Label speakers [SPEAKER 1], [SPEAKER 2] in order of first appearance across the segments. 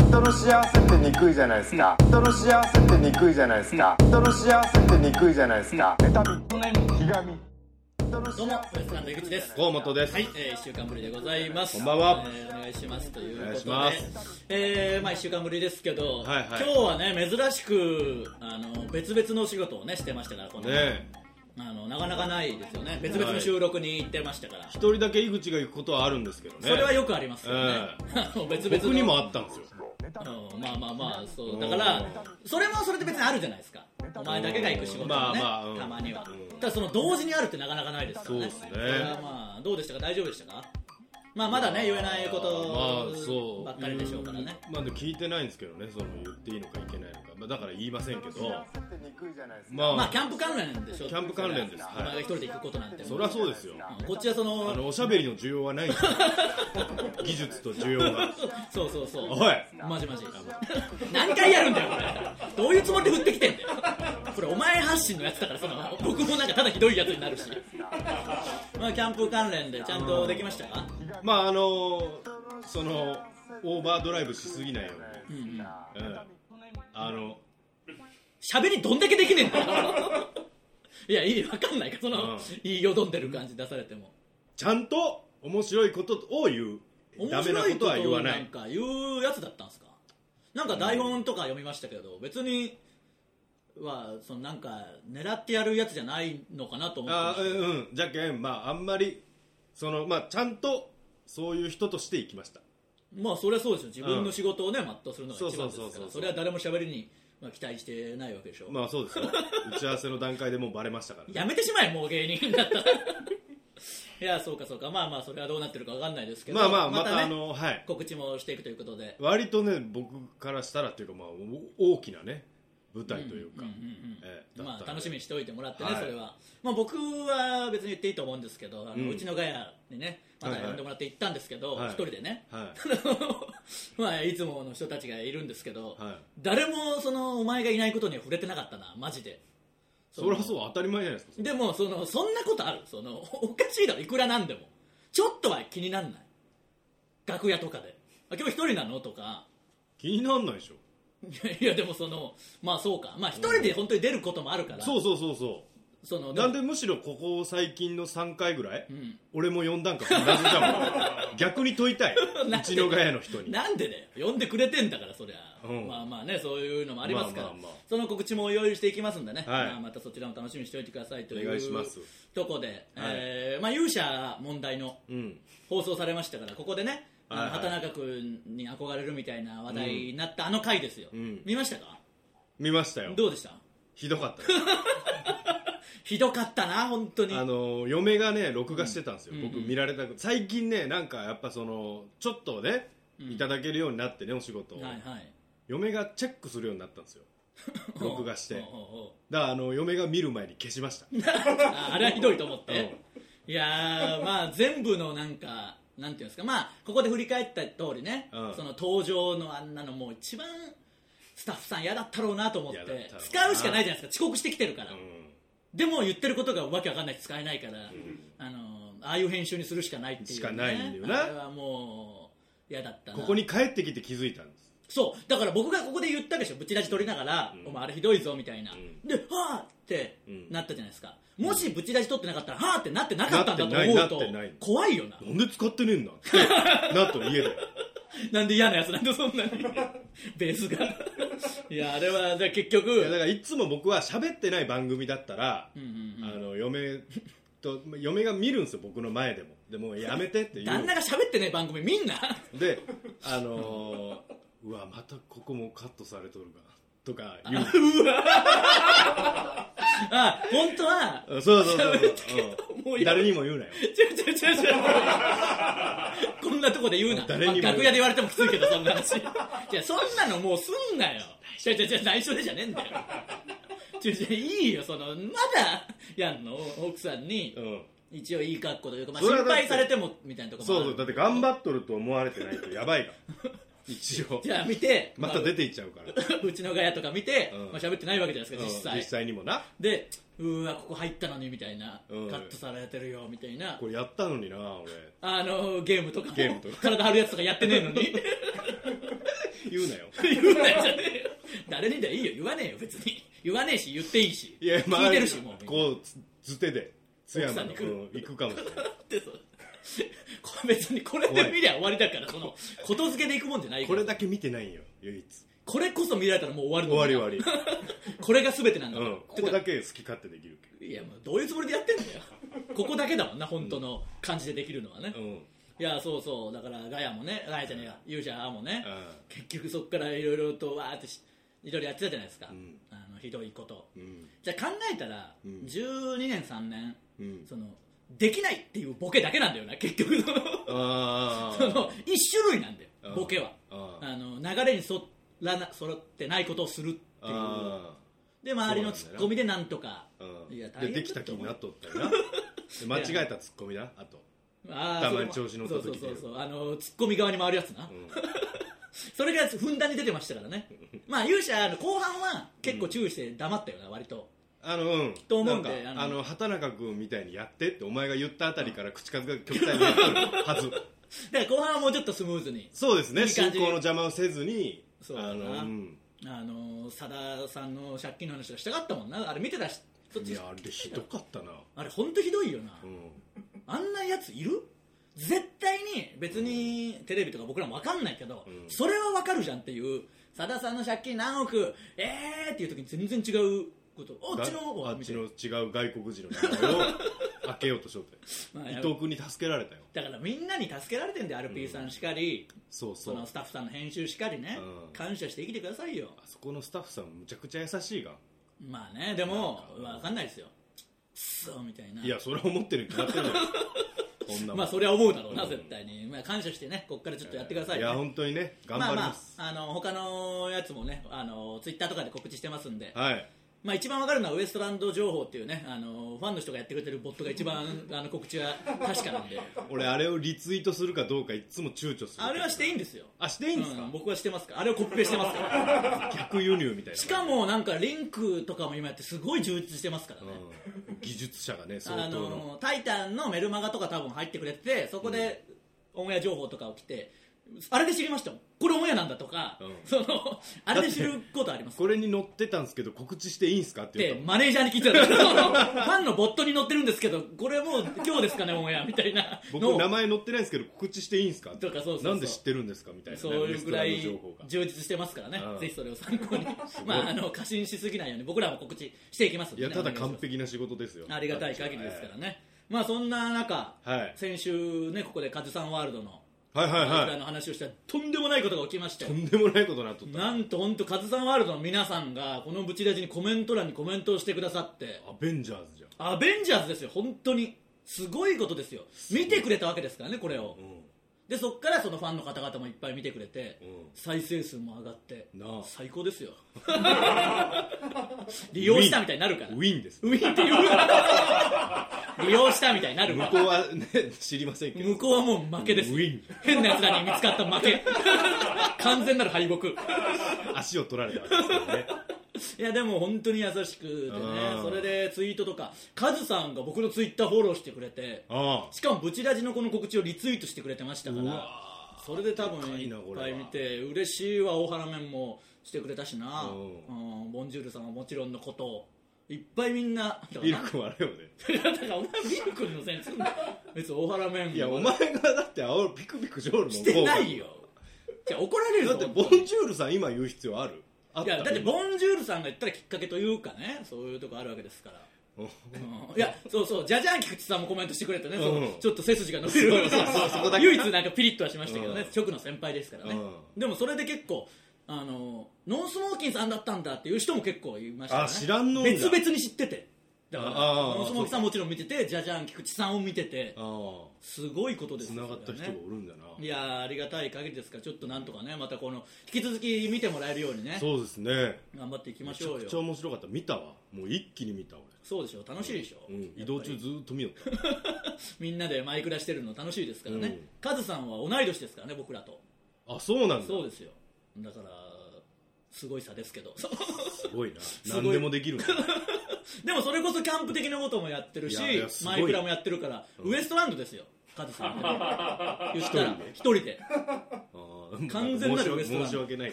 [SPEAKER 1] 人の幸せってにくいじゃないですか人の幸せってにくいじゃないですか人の幸せってにくいじゃないですか妬みひがみ人の幸
[SPEAKER 2] どうも、ウエストランド井口です。
[SPEAKER 3] 河本です
[SPEAKER 2] はい、えー、一週間ぶりでございます。
[SPEAKER 3] こんばんは
[SPEAKER 2] えーお願いしますということで。
[SPEAKER 3] お願いします
[SPEAKER 2] えーまあ一週間ぶりですけど、
[SPEAKER 3] はいはい
[SPEAKER 2] 今日はね珍しくあの別々のお仕事をねしてましたからこの、
[SPEAKER 3] ねえ
[SPEAKER 2] あのなかなかないですよね。別々の収録に行ってましたから。
[SPEAKER 3] 一人だけ井口が行くことはあるんですけどね
[SPEAKER 2] それはよくありますよね。 あの別々の
[SPEAKER 3] 僕にもあったんですよ
[SPEAKER 2] うんまあまあまあそうだからそれもそれで別にあるじゃないですかお前だけが行く仕事もね、
[SPEAKER 3] まあまあうん
[SPEAKER 2] たまには、ただその同時にあるってなかなかないですからね
[SPEAKER 3] そうっすね
[SPEAKER 2] れはまあどうでしたか大丈夫でしたかまあまだね言えないことばっかりでしょうからね、
[SPEAKER 3] うんまあでも聞いてないんですけどねその言っていいのかいけないのか、まあ、だから言いませんけ
[SPEAKER 1] せ
[SPEAKER 3] ど
[SPEAKER 1] ってにくいじゃないです
[SPEAKER 3] まあ、
[SPEAKER 2] まあキャンプ関連でしょ
[SPEAKER 3] キャンプ関連です
[SPEAKER 2] お前が
[SPEAKER 3] は
[SPEAKER 2] 一人で行くことなんて
[SPEAKER 3] いそりゃそうですよ
[SPEAKER 2] うんこっちはその
[SPEAKER 3] あのおしゃべりの需要はない んですよ技術と需要が
[SPEAKER 2] そうそうそう
[SPEAKER 3] おい
[SPEAKER 2] マジマジ何回やるんだよこれどういうつもりで振ってきてんだよこれお前発信のやつだからその僕もなんかただひどいやつになるしまあキャンプ関連でちゃんとできましたか
[SPEAKER 3] まああのそのオーバードライブしすぎないように、うんあの
[SPEAKER 2] 喋りどんだけできねえんだよ いやいいわかんないかその、
[SPEAKER 3] うん
[SPEAKER 2] いいよどんでる感じ出されても
[SPEAKER 3] ちゃんと面白いことを言うダ
[SPEAKER 2] 面
[SPEAKER 3] メ
[SPEAKER 2] 白
[SPEAKER 3] なこ
[SPEAKER 2] いことと
[SPEAKER 3] は言わ
[SPEAKER 2] を
[SPEAKER 3] な
[SPEAKER 2] なん
[SPEAKER 3] い
[SPEAKER 2] か言うやつだったんですかなんか台本とか読みましたけど別にはそのなんか狙ってやるやつじゃないのかなと思ってま
[SPEAKER 3] あ
[SPEAKER 2] した
[SPEAKER 3] うんうんじゃけんまああんまりそのまあちゃんとそういう人として生きました
[SPEAKER 2] まあそれはそうですよ自分の仕事をね、全うするのが一番です
[SPEAKER 3] そうそ
[SPEAKER 2] か
[SPEAKER 3] うそうそ
[SPEAKER 2] ら
[SPEAKER 3] う
[SPEAKER 2] それは誰も喋りに、まあ、期待してないわけでしょ、
[SPEAKER 3] まあそう ですよ打ち合わせの段階でもうバレましたから
[SPEAKER 2] やめてしまえもう芸人だったら いやそうかそうかまあまあそれはどうなってるかわかんないですけど
[SPEAKER 3] まあまあまた
[SPEAKER 2] ね
[SPEAKER 3] あのはい
[SPEAKER 2] 告知もしていくということで
[SPEAKER 3] 割とね僕からしたらっていうかまあお大きなね舞台というか
[SPEAKER 2] うんうんうんうん
[SPEAKER 3] ええだ
[SPEAKER 2] ま
[SPEAKER 3] っ
[SPEAKER 2] あ
[SPEAKER 3] たん
[SPEAKER 2] 楽
[SPEAKER 3] で
[SPEAKER 2] しみにしておいてもらってね、
[SPEAKER 3] はい
[SPEAKER 2] それは、まあ、僕は別に言っていいと思うんですけどあの、う
[SPEAKER 3] うん
[SPEAKER 2] ちのガヤにねまた
[SPEAKER 3] はいはい
[SPEAKER 2] 呼んでもらって行ったんですけど一、
[SPEAKER 3] はい
[SPEAKER 2] 人でね、
[SPEAKER 3] は
[SPEAKER 2] まあ、いつもの人たちがいるんですけど、
[SPEAKER 3] い、はい、
[SPEAKER 2] 誰もそのお前がいないことには触れてなかったなマジで
[SPEAKER 3] そりゃそう当たり前じゃないですか
[SPEAKER 2] でもそのそんなことあるそのおかしいだろいくらなんでもちょっとは気になんない楽屋とかであ今日一人なのとか
[SPEAKER 3] 気になんないでしょ
[SPEAKER 2] いやいやでもそのまあそうかまあ一人で本当に出ることもあるから、
[SPEAKER 3] そうそうそうそ
[SPEAKER 2] その
[SPEAKER 3] うなん
[SPEAKER 2] で
[SPEAKER 3] でむしろここ最近の3回ぐらい、
[SPEAKER 2] ん
[SPEAKER 3] 俺も4段階謎じ ゃもん逆に問いたい
[SPEAKER 2] なん
[SPEAKER 3] う
[SPEAKER 2] で
[SPEAKER 3] ちのガヤの人に
[SPEAKER 2] なんでだよ呼んでくれてんだからそりゃ、
[SPEAKER 3] うん
[SPEAKER 2] まあまあねそういうのもありますから、
[SPEAKER 3] まあまあまあ
[SPEAKER 2] その告知も用意していきますんでね、
[SPEAKER 3] はい
[SPEAKER 2] まあ、またそちらも楽しみにしておいてくださいという
[SPEAKER 3] お願いします
[SPEAKER 2] とこで、えーまあ、勇者問題の
[SPEAKER 3] うん
[SPEAKER 2] 放送されましたからここでね、あの
[SPEAKER 3] はい
[SPEAKER 2] 畑中君に憧れるみたいな話題になったあの回ですよ、
[SPEAKER 3] うん
[SPEAKER 2] 見ましたか
[SPEAKER 3] 見ましたよ
[SPEAKER 2] どうでした
[SPEAKER 3] ひどかったです
[SPEAKER 2] ひどかったな本当に
[SPEAKER 3] あの嫁がね録画してたんですよ、僕見られたく最近ねなんかやっぱそのちょっとね、いただけるようになってねお仕事を、
[SPEAKER 2] はいはい
[SPEAKER 3] 嫁がチェックするようになったんで すよ録画して
[SPEAKER 2] おう
[SPEAKER 3] だ
[SPEAKER 2] お
[SPEAKER 3] か
[SPEAKER 2] うおう
[SPEAKER 3] らあの嫁が見る前に消し ました
[SPEAKER 2] ああれはひどいと思っていやーまあ全部のなんかなんていうんですかまあここで振り返った通りね、
[SPEAKER 3] うん
[SPEAKER 2] その登場のあんなのもう一番スタッフさん嫌だったろうなと思って
[SPEAKER 3] 嫌だったろうな
[SPEAKER 2] 使うしかないじゃないですか遅刻してきてるから、
[SPEAKER 3] うん
[SPEAKER 2] でも言ってることがわけわかんない使えないから、あのああいう編集にするしかないっていう、ね、
[SPEAKER 3] しかないんだよな
[SPEAKER 2] あれはもう嫌だったな
[SPEAKER 3] ここに帰ってきて気づい たんです
[SPEAKER 2] そうだから僕がここで言ったでしょブチラジ取りながら、お前あれひどいぞみたいな、
[SPEAKER 3] ん
[SPEAKER 2] ではあって
[SPEAKER 3] うん
[SPEAKER 2] なったじゃないですか、もしブチラジ取ってなかったらはあってなってなかったんだと
[SPEAKER 3] なって
[SPEAKER 2] 思う
[SPEAKER 3] ないなっ
[SPEAKER 2] と
[SPEAKER 3] てない
[SPEAKER 2] 怖いよな
[SPEAKER 3] なんで使ってねえんだってなと 家で
[SPEAKER 2] なんで嫌なやつなんでそん なにベースがいやあれはだから結局
[SPEAKER 3] いやだからいつも僕は喋ってない番組だったら、
[SPEAKER 2] うんうん
[SPEAKER 3] あの嫁と嫁が見るんですよ僕の前でもでもうやめてって
[SPEAKER 2] うん
[SPEAKER 3] 言う
[SPEAKER 2] 旦那が喋ってね番組みんな
[SPEAKER 3] であのー、うわまたここもカットされとるかとか言う
[SPEAKER 2] あ本当は
[SPEAKER 3] うんそうそうそう
[SPEAKER 2] 喋ってけど
[SPEAKER 3] うん
[SPEAKER 2] もうやめ
[SPEAKER 3] 誰にも言うなよ
[SPEAKER 2] 違う違う違う違 うこんなとこで言うな
[SPEAKER 3] 誰にも
[SPEAKER 2] まあ楽屋で言われてもきついけどそんな話いやそんなのもうすんなよ違う違う違う内緒でじゃねえんだよ違う違ういいよそのまだやんの奥さんに
[SPEAKER 3] うん
[SPEAKER 2] 一応いい格好というか、まあ、
[SPEAKER 3] そ
[SPEAKER 2] 心
[SPEAKER 3] れはだって
[SPEAKER 2] 配されてもみたいなとこも
[SPEAKER 3] そ
[SPEAKER 2] あ
[SPEAKER 3] う
[SPEAKER 2] る
[SPEAKER 3] そうだって頑張っとると思われてないとやばいから一 応
[SPEAKER 2] じゃあ見て
[SPEAKER 3] また出ていっちゃうから
[SPEAKER 2] まあうちのガヤとか見て、
[SPEAKER 3] うん
[SPEAKER 2] まあ喋ってないわけじゃないです
[SPEAKER 3] う
[SPEAKER 2] か実
[SPEAKER 3] ん
[SPEAKER 2] 際
[SPEAKER 3] 実際にもな
[SPEAKER 2] でうわここ入ったのにみたいな、
[SPEAKER 3] うん
[SPEAKER 2] カットされてるよみたいな
[SPEAKER 3] これやったのにな俺
[SPEAKER 2] あのゲームとかも
[SPEAKER 3] ゲームとか
[SPEAKER 2] 体張るやつとかやってねえのに
[SPEAKER 3] 言うなよ
[SPEAKER 2] 言うなよじゃねえよ誰にでもいいよ言わねえよ別に言わねえし言っていいし
[SPEAKER 3] いや、まあ、
[SPEAKER 2] 聞いてるしもう
[SPEAKER 3] こうつつてで津山の
[SPEAKER 2] 奥さんに来る
[SPEAKER 3] うん行くかもしれない
[SPEAKER 2] だってそうこれ別にこれで見りゃ終わりだからそのことづけでいくもんじゃないか
[SPEAKER 3] こ
[SPEAKER 2] ら
[SPEAKER 3] れだけ見てないよ唯一
[SPEAKER 2] これこそ見られたらもう終わる
[SPEAKER 3] 終
[SPEAKER 2] の
[SPEAKER 3] わり終わり、
[SPEAKER 2] これが全てなん だ
[SPEAKER 3] う
[SPEAKER 2] から、
[SPEAKER 3] ん、ここだけ好き勝手できる
[SPEAKER 2] いやもうどういうつもりでやってんだよここだけだもんな本当の感じでできるのはね、
[SPEAKER 3] けど、うん、
[SPEAKER 2] いやそうそうだからガヤもねガヤじゃねえや勇者もね、
[SPEAKER 3] あ
[SPEAKER 2] 結局そこからいろいろとわーってしいろいろやってたじゃないですか、
[SPEAKER 3] ん
[SPEAKER 2] あのひどいこと
[SPEAKER 3] ーうん
[SPEAKER 2] じゃあ考えたら、
[SPEAKER 3] ん
[SPEAKER 2] 12年3年
[SPEAKER 3] うん
[SPEAKER 2] そのできないっていうボケだけなんだよな結局その
[SPEAKER 3] あ
[SPEAKER 2] そ
[SPEAKER 3] ー
[SPEAKER 2] の一種類なんだよ
[SPEAKER 3] あー
[SPEAKER 2] ボケは
[SPEAKER 3] あー
[SPEAKER 2] あの流れにそらな揃ってないことをするっていう
[SPEAKER 3] あ
[SPEAKER 2] で周りのツッコミでなんとか
[SPEAKER 3] ーうん
[SPEAKER 2] いや大変
[SPEAKER 3] でできた気になっとったよなで間違えたツッコミだあと、
[SPEAKER 2] あー
[SPEAKER 3] たまに
[SPEAKER 2] それも
[SPEAKER 3] 調子乗った時
[SPEAKER 2] そうそう
[SPEAKER 3] 出る
[SPEAKER 2] そうそうあのツッコミ側に回るやつな、
[SPEAKER 3] うん、
[SPEAKER 2] それがふんだんに出てましたから ねまあ勇者あの後半は結構注意して黙ったよな割と
[SPEAKER 3] あのうん
[SPEAKER 2] と思うんで
[SPEAKER 3] なん
[SPEAKER 2] あの
[SPEAKER 3] かあの畑中君みたいにやってってお前が言ったあたりから口数が極端にやってるは ず
[SPEAKER 2] だから後半はもうちょっとスムーズに
[SPEAKER 3] そうです
[SPEAKER 2] いい
[SPEAKER 3] ね
[SPEAKER 2] 感
[SPEAKER 3] 進
[SPEAKER 2] じ
[SPEAKER 3] 行の邪魔をせずに
[SPEAKER 2] そうだな
[SPEAKER 3] あの、うん、
[SPEAKER 2] あのさださんの借金の話がしたかったもんなあれ見てたしそっち
[SPEAKER 3] いやあれひどかったな、
[SPEAKER 2] あれ本当ひどいよな、
[SPEAKER 3] うん、
[SPEAKER 2] あんなやついる絶対に別にテレビとか僕らも分かんないけど、
[SPEAKER 3] うん
[SPEAKER 2] それは分かるじゃんっていうさださんの借金何億えーっていう時に全然違うことあ
[SPEAKER 3] が
[SPEAKER 2] っちの方
[SPEAKER 3] あ
[SPEAKER 2] が
[SPEAKER 3] っ
[SPEAKER 2] み
[SPEAKER 3] ち
[SPEAKER 2] たい
[SPEAKER 3] の
[SPEAKER 2] な
[SPEAKER 3] 違う外国人の名前を 開けようとしようって
[SPEAKER 2] まあ
[SPEAKER 3] 伊
[SPEAKER 2] や
[SPEAKER 3] 藤君に助けられたよ
[SPEAKER 2] だからみんなに助けられてんだよ RP さんしかり、
[SPEAKER 3] そうそ
[SPEAKER 2] そうのスタッフさんの編集しかりね、
[SPEAKER 3] うん
[SPEAKER 2] 感謝して生きてくださいよ
[SPEAKER 3] あそこのスタッフさんむちゃくちゃ優しいが
[SPEAKER 2] まあねでも
[SPEAKER 3] なんか
[SPEAKER 2] 分かんないですよくそうみたいない
[SPEAKER 3] やそれは思ってるに決まってるじゃないですかこんなもん
[SPEAKER 2] まあそれは思うだろうな、
[SPEAKER 3] うん
[SPEAKER 2] 絶対に、まあ、感謝してねこっからちょっとやってください、ね、
[SPEAKER 3] や本当にね頑
[SPEAKER 2] ま
[SPEAKER 3] 張
[SPEAKER 2] あ
[SPEAKER 3] り
[SPEAKER 2] ま
[SPEAKER 3] ます、
[SPEAKER 2] あ、あの他のやつもねあのツイッターとかで告知してますんで、
[SPEAKER 3] はい
[SPEAKER 2] まあ、一番わかるのはウエストランド情報っていうねあのファンの人がやってくれてるボットが一番 あの告知は確かなんで
[SPEAKER 3] 俺あれをリツイートするかどうかいつも躊躇する
[SPEAKER 2] あれはしていいんですよ
[SPEAKER 3] あしていいんです
[SPEAKER 2] う
[SPEAKER 3] か
[SPEAKER 2] ん、僕はしてますからあれをコピペしてますから
[SPEAKER 3] 逆輸入みたいな
[SPEAKER 2] しかもなんかリンクとかも今やってすごい充実してますからね、
[SPEAKER 3] うん技術者がね相
[SPEAKER 2] あ
[SPEAKER 3] 当の
[SPEAKER 2] のタイタンのメルマガとか多分入ってくれててそこでオンエア情報とかを来てあれで知りましたもんこれオンエアなんだとか、
[SPEAKER 3] うん
[SPEAKER 2] そのあれで知ることあります
[SPEAKER 3] これに載ってたんですけど告知していいんすかっ
[SPEAKER 2] って
[SPEAKER 3] 言
[SPEAKER 2] て
[SPEAKER 3] っ
[SPEAKER 2] マネージャーに聞いてたのそのファンのボットに載ってるんですけどこれもう今日ですかねオンエアみたいな
[SPEAKER 3] た
[SPEAKER 2] の
[SPEAKER 3] 僕
[SPEAKER 2] を
[SPEAKER 3] 名前載ってないんですけど告知していいんすかって
[SPEAKER 2] とかそうそうそう
[SPEAKER 3] なんで知ってるんですかみたいなね
[SPEAKER 2] そういうぐら
[SPEAKER 3] ウエ
[SPEAKER 2] い
[SPEAKER 3] ストランド情報が
[SPEAKER 2] 充実してますからね
[SPEAKER 3] うん
[SPEAKER 2] ぜひそれを参考に
[SPEAKER 3] い
[SPEAKER 2] まああの過信しすぎないように僕らも告知していきますん
[SPEAKER 3] い
[SPEAKER 2] で、ね、
[SPEAKER 3] やただ
[SPEAKER 2] お願いします
[SPEAKER 3] 完璧な仕事ですよ
[SPEAKER 2] ありがたい限りですからねまあそんな中、
[SPEAKER 3] はい
[SPEAKER 2] 先週ねここでカズさんワールドの
[SPEAKER 3] はいはい
[SPEAKER 2] 僕
[SPEAKER 3] は
[SPEAKER 2] ら
[SPEAKER 3] い
[SPEAKER 2] の話をしたらとんでもないことが起きまして
[SPEAKER 3] とんでもないことなっとった
[SPEAKER 2] なんと本当カズさんワールドの皆さんがこのブチラジにコメント欄にコメントをしてくださって
[SPEAKER 3] アベンジャーズじゃん
[SPEAKER 2] アベンジャーズですよ本当にすごいことですよ見てくれたわけですからねこれを
[SPEAKER 3] う
[SPEAKER 2] でそっからそのファンの方々もいっぱい見てくれて、
[SPEAKER 3] うん
[SPEAKER 2] 再生数も上がって
[SPEAKER 3] なあ
[SPEAKER 2] 最高ですよ 利用したみたいになるから
[SPEAKER 3] んウィンです
[SPEAKER 2] ウィンって言う 利用したみたいになる
[SPEAKER 3] 向
[SPEAKER 2] わ
[SPEAKER 3] こうはね知りませんけど
[SPEAKER 2] 向こうはもう負けです
[SPEAKER 3] ウィン
[SPEAKER 2] 変な奴らに見つかった負 け完全なる敗北
[SPEAKER 3] 足を取られたわけですからね
[SPEAKER 2] いやでも本当に優しくてね
[SPEAKER 3] うん
[SPEAKER 2] それでツイートとかカズさんが僕のツイッターフォローしてくれて
[SPEAKER 3] あ
[SPEAKER 2] しかもブチラジのこの告知をリツイートしてくれてましたか
[SPEAKER 3] う
[SPEAKER 2] ら
[SPEAKER 3] わ
[SPEAKER 2] それで多分
[SPEAKER 3] 高
[SPEAKER 2] い
[SPEAKER 3] い
[SPEAKER 2] っ
[SPEAKER 3] なこれ
[SPEAKER 2] ぱ
[SPEAKER 3] はい
[SPEAKER 2] 見て嬉しいわ大原面もしてくれたしな、
[SPEAKER 3] う
[SPEAKER 2] うん、ボンジュールさんはもちろんのことをいっぱいみんなだから
[SPEAKER 3] ミルクはあれよね
[SPEAKER 2] だからお前ミル君のせいにすんな別に大原面
[SPEAKER 3] いやお前がだって煽るピクピクしょるもん
[SPEAKER 2] してないよじゃあ怒られる
[SPEAKER 3] だ
[SPEAKER 2] ぞ
[SPEAKER 3] ってボンジュールさん今言う必要あるあっ
[SPEAKER 2] い
[SPEAKER 3] た
[SPEAKER 2] やだってボンジュールさんが言ったらきっかけというかねそういうとこあるわけですから
[SPEAKER 3] うん
[SPEAKER 2] うんいやそうそうジャジャン菊池さんもコメントしてくれたね、そう
[SPEAKER 3] うん
[SPEAKER 2] ちょっと背筋が伸びる
[SPEAKER 3] そうそうそこだけ
[SPEAKER 2] 唯一なんかピリッとはしましたけどね、
[SPEAKER 3] うん
[SPEAKER 2] 直の先輩ですからね、
[SPEAKER 3] う
[SPEAKER 2] でもそれで結構あのノンスモーキンさんだったんだっていう人も結構いましたね
[SPEAKER 3] あ知らんのんだ
[SPEAKER 2] 別々に知っててだから
[SPEAKER 3] ああああ
[SPEAKER 2] ノンスモーキンさんもちろん見ててジャジャン菊池さんを見てて
[SPEAKER 3] ああ
[SPEAKER 2] すごいことです
[SPEAKER 3] 繋
[SPEAKER 2] よ
[SPEAKER 3] がった人が
[SPEAKER 2] それはね
[SPEAKER 3] おるんだない
[SPEAKER 2] やーありがたい限りですからちょっとなんとかねまたこの引き続き見てもらえるようにね
[SPEAKER 3] そうですね
[SPEAKER 2] 頑張っていきま
[SPEAKER 3] め
[SPEAKER 2] し
[SPEAKER 3] ちゃ
[SPEAKER 2] ょう
[SPEAKER 3] く
[SPEAKER 2] よ
[SPEAKER 3] ちゃ面白かった見たわもう一気に見た俺
[SPEAKER 2] そうでしょ楽しいでしょ、
[SPEAKER 3] うん移動中ずーっと見よった
[SPEAKER 2] みんなでマイクラしてるの楽しいですからね、
[SPEAKER 3] うん
[SPEAKER 2] カズさんは同い年ですからね僕らと
[SPEAKER 3] あそうなんだ
[SPEAKER 2] そうですよだからすごい差ですけど
[SPEAKER 3] すごいな
[SPEAKER 2] ごい
[SPEAKER 3] 何でも できるんだ
[SPEAKER 2] でもそれこそキャンプ的なこともやってるし
[SPEAKER 3] いやいやすごい
[SPEAKER 2] マイクラもやってるから、
[SPEAKER 3] うん
[SPEAKER 2] ウエストランドですよカズさんって言ったら一人で
[SPEAKER 3] ああなんか
[SPEAKER 2] 完全なるウエストランド
[SPEAKER 3] 申し 訳ない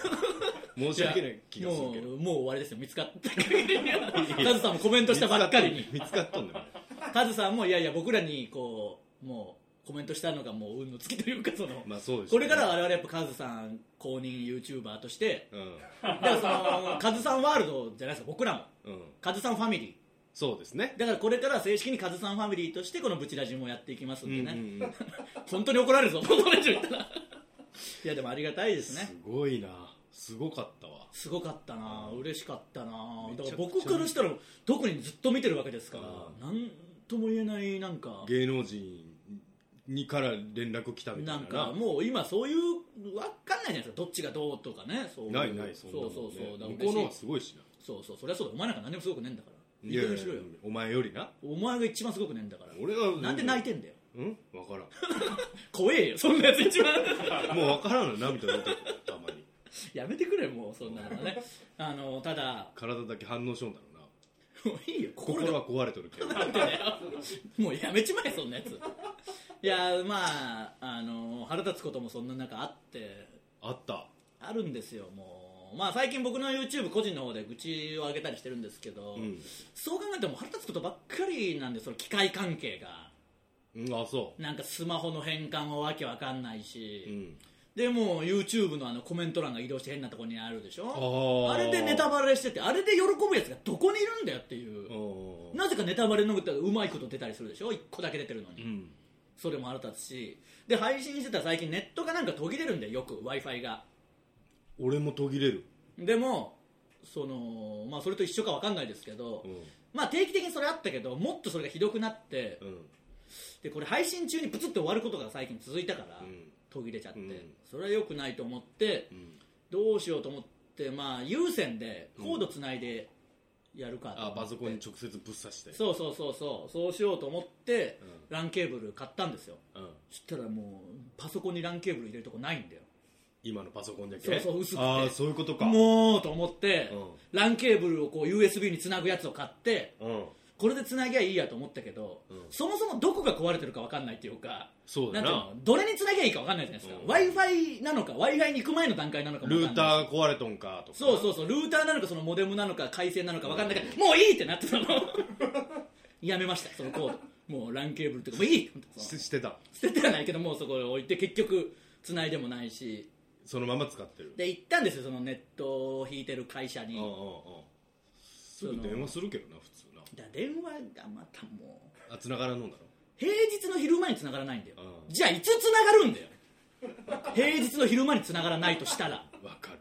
[SPEAKER 3] 申し訳ない気がするけど
[SPEAKER 2] もうもう終わりですよ見つかったカズさんもコメントしたばっかりに
[SPEAKER 3] 見つかったんだよ
[SPEAKER 2] カズさんもいやいや僕らにこうもうコメントしたのがもう運の尽きというかその、
[SPEAKER 3] まあそうです
[SPEAKER 2] これからは我々やっぱカズさん公認 YouTuber と して
[SPEAKER 3] う
[SPEAKER 2] だからそのカズさんワールドじゃないですか僕らも
[SPEAKER 3] んうん
[SPEAKER 2] カズさんファミリ
[SPEAKER 3] そうですね
[SPEAKER 2] ーだからこれからは正式にカズさんファミリーとしてこのブチラジもやっていきますん
[SPEAKER 3] う
[SPEAKER 2] で
[SPEAKER 3] んうん
[SPEAKER 2] ね、
[SPEAKER 3] うん
[SPEAKER 2] 本当に怒られるぞ これ以上言ったらいやでもありがたいですね
[SPEAKER 3] すごいなすごかったわ
[SPEAKER 2] すごかったな嬉しかったなだか
[SPEAKER 3] め
[SPEAKER 2] ら
[SPEAKER 3] ちゃくちゃ
[SPEAKER 2] 僕からしたら特にずっと見てるわけですから
[SPEAKER 3] う
[SPEAKER 2] 何とも言えないなんか
[SPEAKER 3] 芸能人にから連絡来たみたい
[SPEAKER 2] な
[SPEAKER 3] なん
[SPEAKER 2] かもう今そういう分かんないじゃないですかどっちがどうとかねそうう
[SPEAKER 3] ないない
[SPEAKER 2] そ
[SPEAKER 3] そん
[SPEAKER 2] う
[SPEAKER 3] なもん、ね、
[SPEAKER 2] そうそうだから
[SPEAKER 3] 向こうの方
[SPEAKER 2] 嬉
[SPEAKER 3] が
[SPEAKER 2] しい
[SPEAKER 3] すごいしな
[SPEAKER 2] そうそうそりゃそうだお前なんか何でもすごくねえんだからいい
[SPEAKER 3] い
[SPEAKER 2] 加
[SPEAKER 3] や
[SPEAKER 2] 減
[SPEAKER 3] い
[SPEAKER 2] に
[SPEAKER 3] や
[SPEAKER 2] しろよ
[SPEAKER 3] お前よりな
[SPEAKER 2] お前が一番すごくねえんだから
[SPEAKER 3] 俺は
[SPEAKER 2] なんで泣い
[SPEAKER 3] て
[SPEAKER 2] てんだよ
[SPEAKER 3] うん分からん
[SPEAKER 2] 怖えよそんなやつ一番
[SPEAKER 3] もう分からんの涙出てくるたまに
[SPEAKER 2] やめてくれもうそんなのはねあのただ
[SPEAKER 3] 体だけ反応しようんだろうな
[SPEAKER 2] もういいよ心が
[SPEAKER 3] 心は壊れとるけど
[SPEAKER 2] なんでだよ もうやめちまえそんなやついやまああの腹立つこともそんな中あって
[SPEAKER 3] あった
[SPEAKER 2] あるんですよもうまあ最近僕の YouTube 個人の方で愚痴をあげたりしてるんですけど、
[SPEAKER 3] うん、
[SPEAKER 2] そう考えても腹立つことばっかりなんでその機械関係が
[SPEAKER 3] うん、あそ、
[SPEAKER 2] なんかスマホの変換もわけわかんないう
[SPEAKER 3] う
[SPEAKER 2] し、
[SPEAKER 3] ん、
[SPEAKER 2] でもう YouTube のあのコメント欄が移動して変なとこにあるでしょ
[SPEAKER 3] あー
[SPEAKER 2] あれでネタバレしててあれで喜ぶやつがどこにいるんだよっていう、
[SPEAKER 3] おー
[SPEAKER 2] なぜかネタバレの歌がうまいこと出たりするでしょ1個だけ出てるのに、
[SPEAKER 3] うん
[SPEAKER 2] それも腹立つしで配信してたら最近ネットがなんか途切れるんだよよく w i f i が
[SPEAKER 3] 俺も途切れる、
[SPEAKER 2] でもその、まあ、それと一緒か分かんないですけど、
[SPEAKER 3] うん
[SPEAKER 2] まあ、定期的にそれあったけどもっとそれがひどくなって
[SPEAKER 3] うん
[SPEAKER 2] でこれ配信中にプツッと終わることが最近続いたから、
[SPEAKER 3] うん
[SPEAKER 2] 途切れちゃって、
[SPEAKER 3] うん
[SPEAKER 2] それは良くないと思って
[SPEAKER 3] うん、
[SPEAKER 2] どうしようと思って、まあ、有線でコードつないでやるかと思
[SPEAKER 3] あ
[SPEAKER 2] って
[SPEAKER 3] パソコンに直接ぶっ刺して
[SPEAKER 2] そうそうそうそうそうしようと思って、
[SPEAKER 3] う
[SPEAKER 2] LAN ケーブル買ったんですよ
[SPEAKER 3] うん、
[SPEAKER 2] そしたらもうパソコンに LAN ケーブル入れるとこないんだよ
[SPEAKER 3] 今のパソコンだけ
[SPEAKER 2] そうそう薄くて
[SPEAKER 3] ああそういうことか
[SPEAKER 2] もうと思って、
[SPEAKER 3] う
[SPEAKER 2] LAN ケーブルをこう USB につなぐやつを買って
[SPEAKER 3] うん、
[SPEAKER 2] これでつなぎゃいいやと思ったけど、
[SPEAKER 3] うん
[SPEAKER 2] そもそもどこが壊れてるか分かんないっていうか
[SPEAKER 3] そうだ
[SPEAKER 2] んて
[SPEAKER 3] な
[SPEAKER 2] いうのどれにつなぎゃいいか分かんないじゃないですか
[SPEAKER 3] うん
[SPEAKER 2] w i f i なのか w i f i に行く前の段階なのかも
[SPEAKER 3] ル
[SPEAKER 2] 分か
[SPEAKER 3] ー
[SPEAKER 2] ん
[SPEAKER 3] タ
[SPEAKER 2] ない
[SPEAKER 3] ー壊れとんかとか
[SPEAKER 2] そうそうそうルーターなのかそのモデムなのか回線なのか分かんないから、もういいってなってそのやめましたそのコードもう LAN ケーブルとかもういい
[SPEAKER 3] ししてた
[SPEAKER 2] 捨ててはないけどもうそこに置いて結局つないでもないし
[SPEAKER 3] そのまま使ってる
[SPEAKER 2] で行ったんですよそのネットを引いてる会社に、
[SPEAKER 3] うんうんうんすぐ電話するけどな普通
[SPEAKER 2] だ
[SPEAKER 3] な
[SPEAKER 2] から電話がまたもう
[SPEAKER 3] あ繋がらんのんだろ
[SPEAKER 2] 平日の昼間に繋がらないんだよ、
[SPEAKER 3] うん
[SPEAKER 2] じゃあいつ繋がるんだよ平日の昼間に繋がらないとしたら
[SPEAKER 3] わかる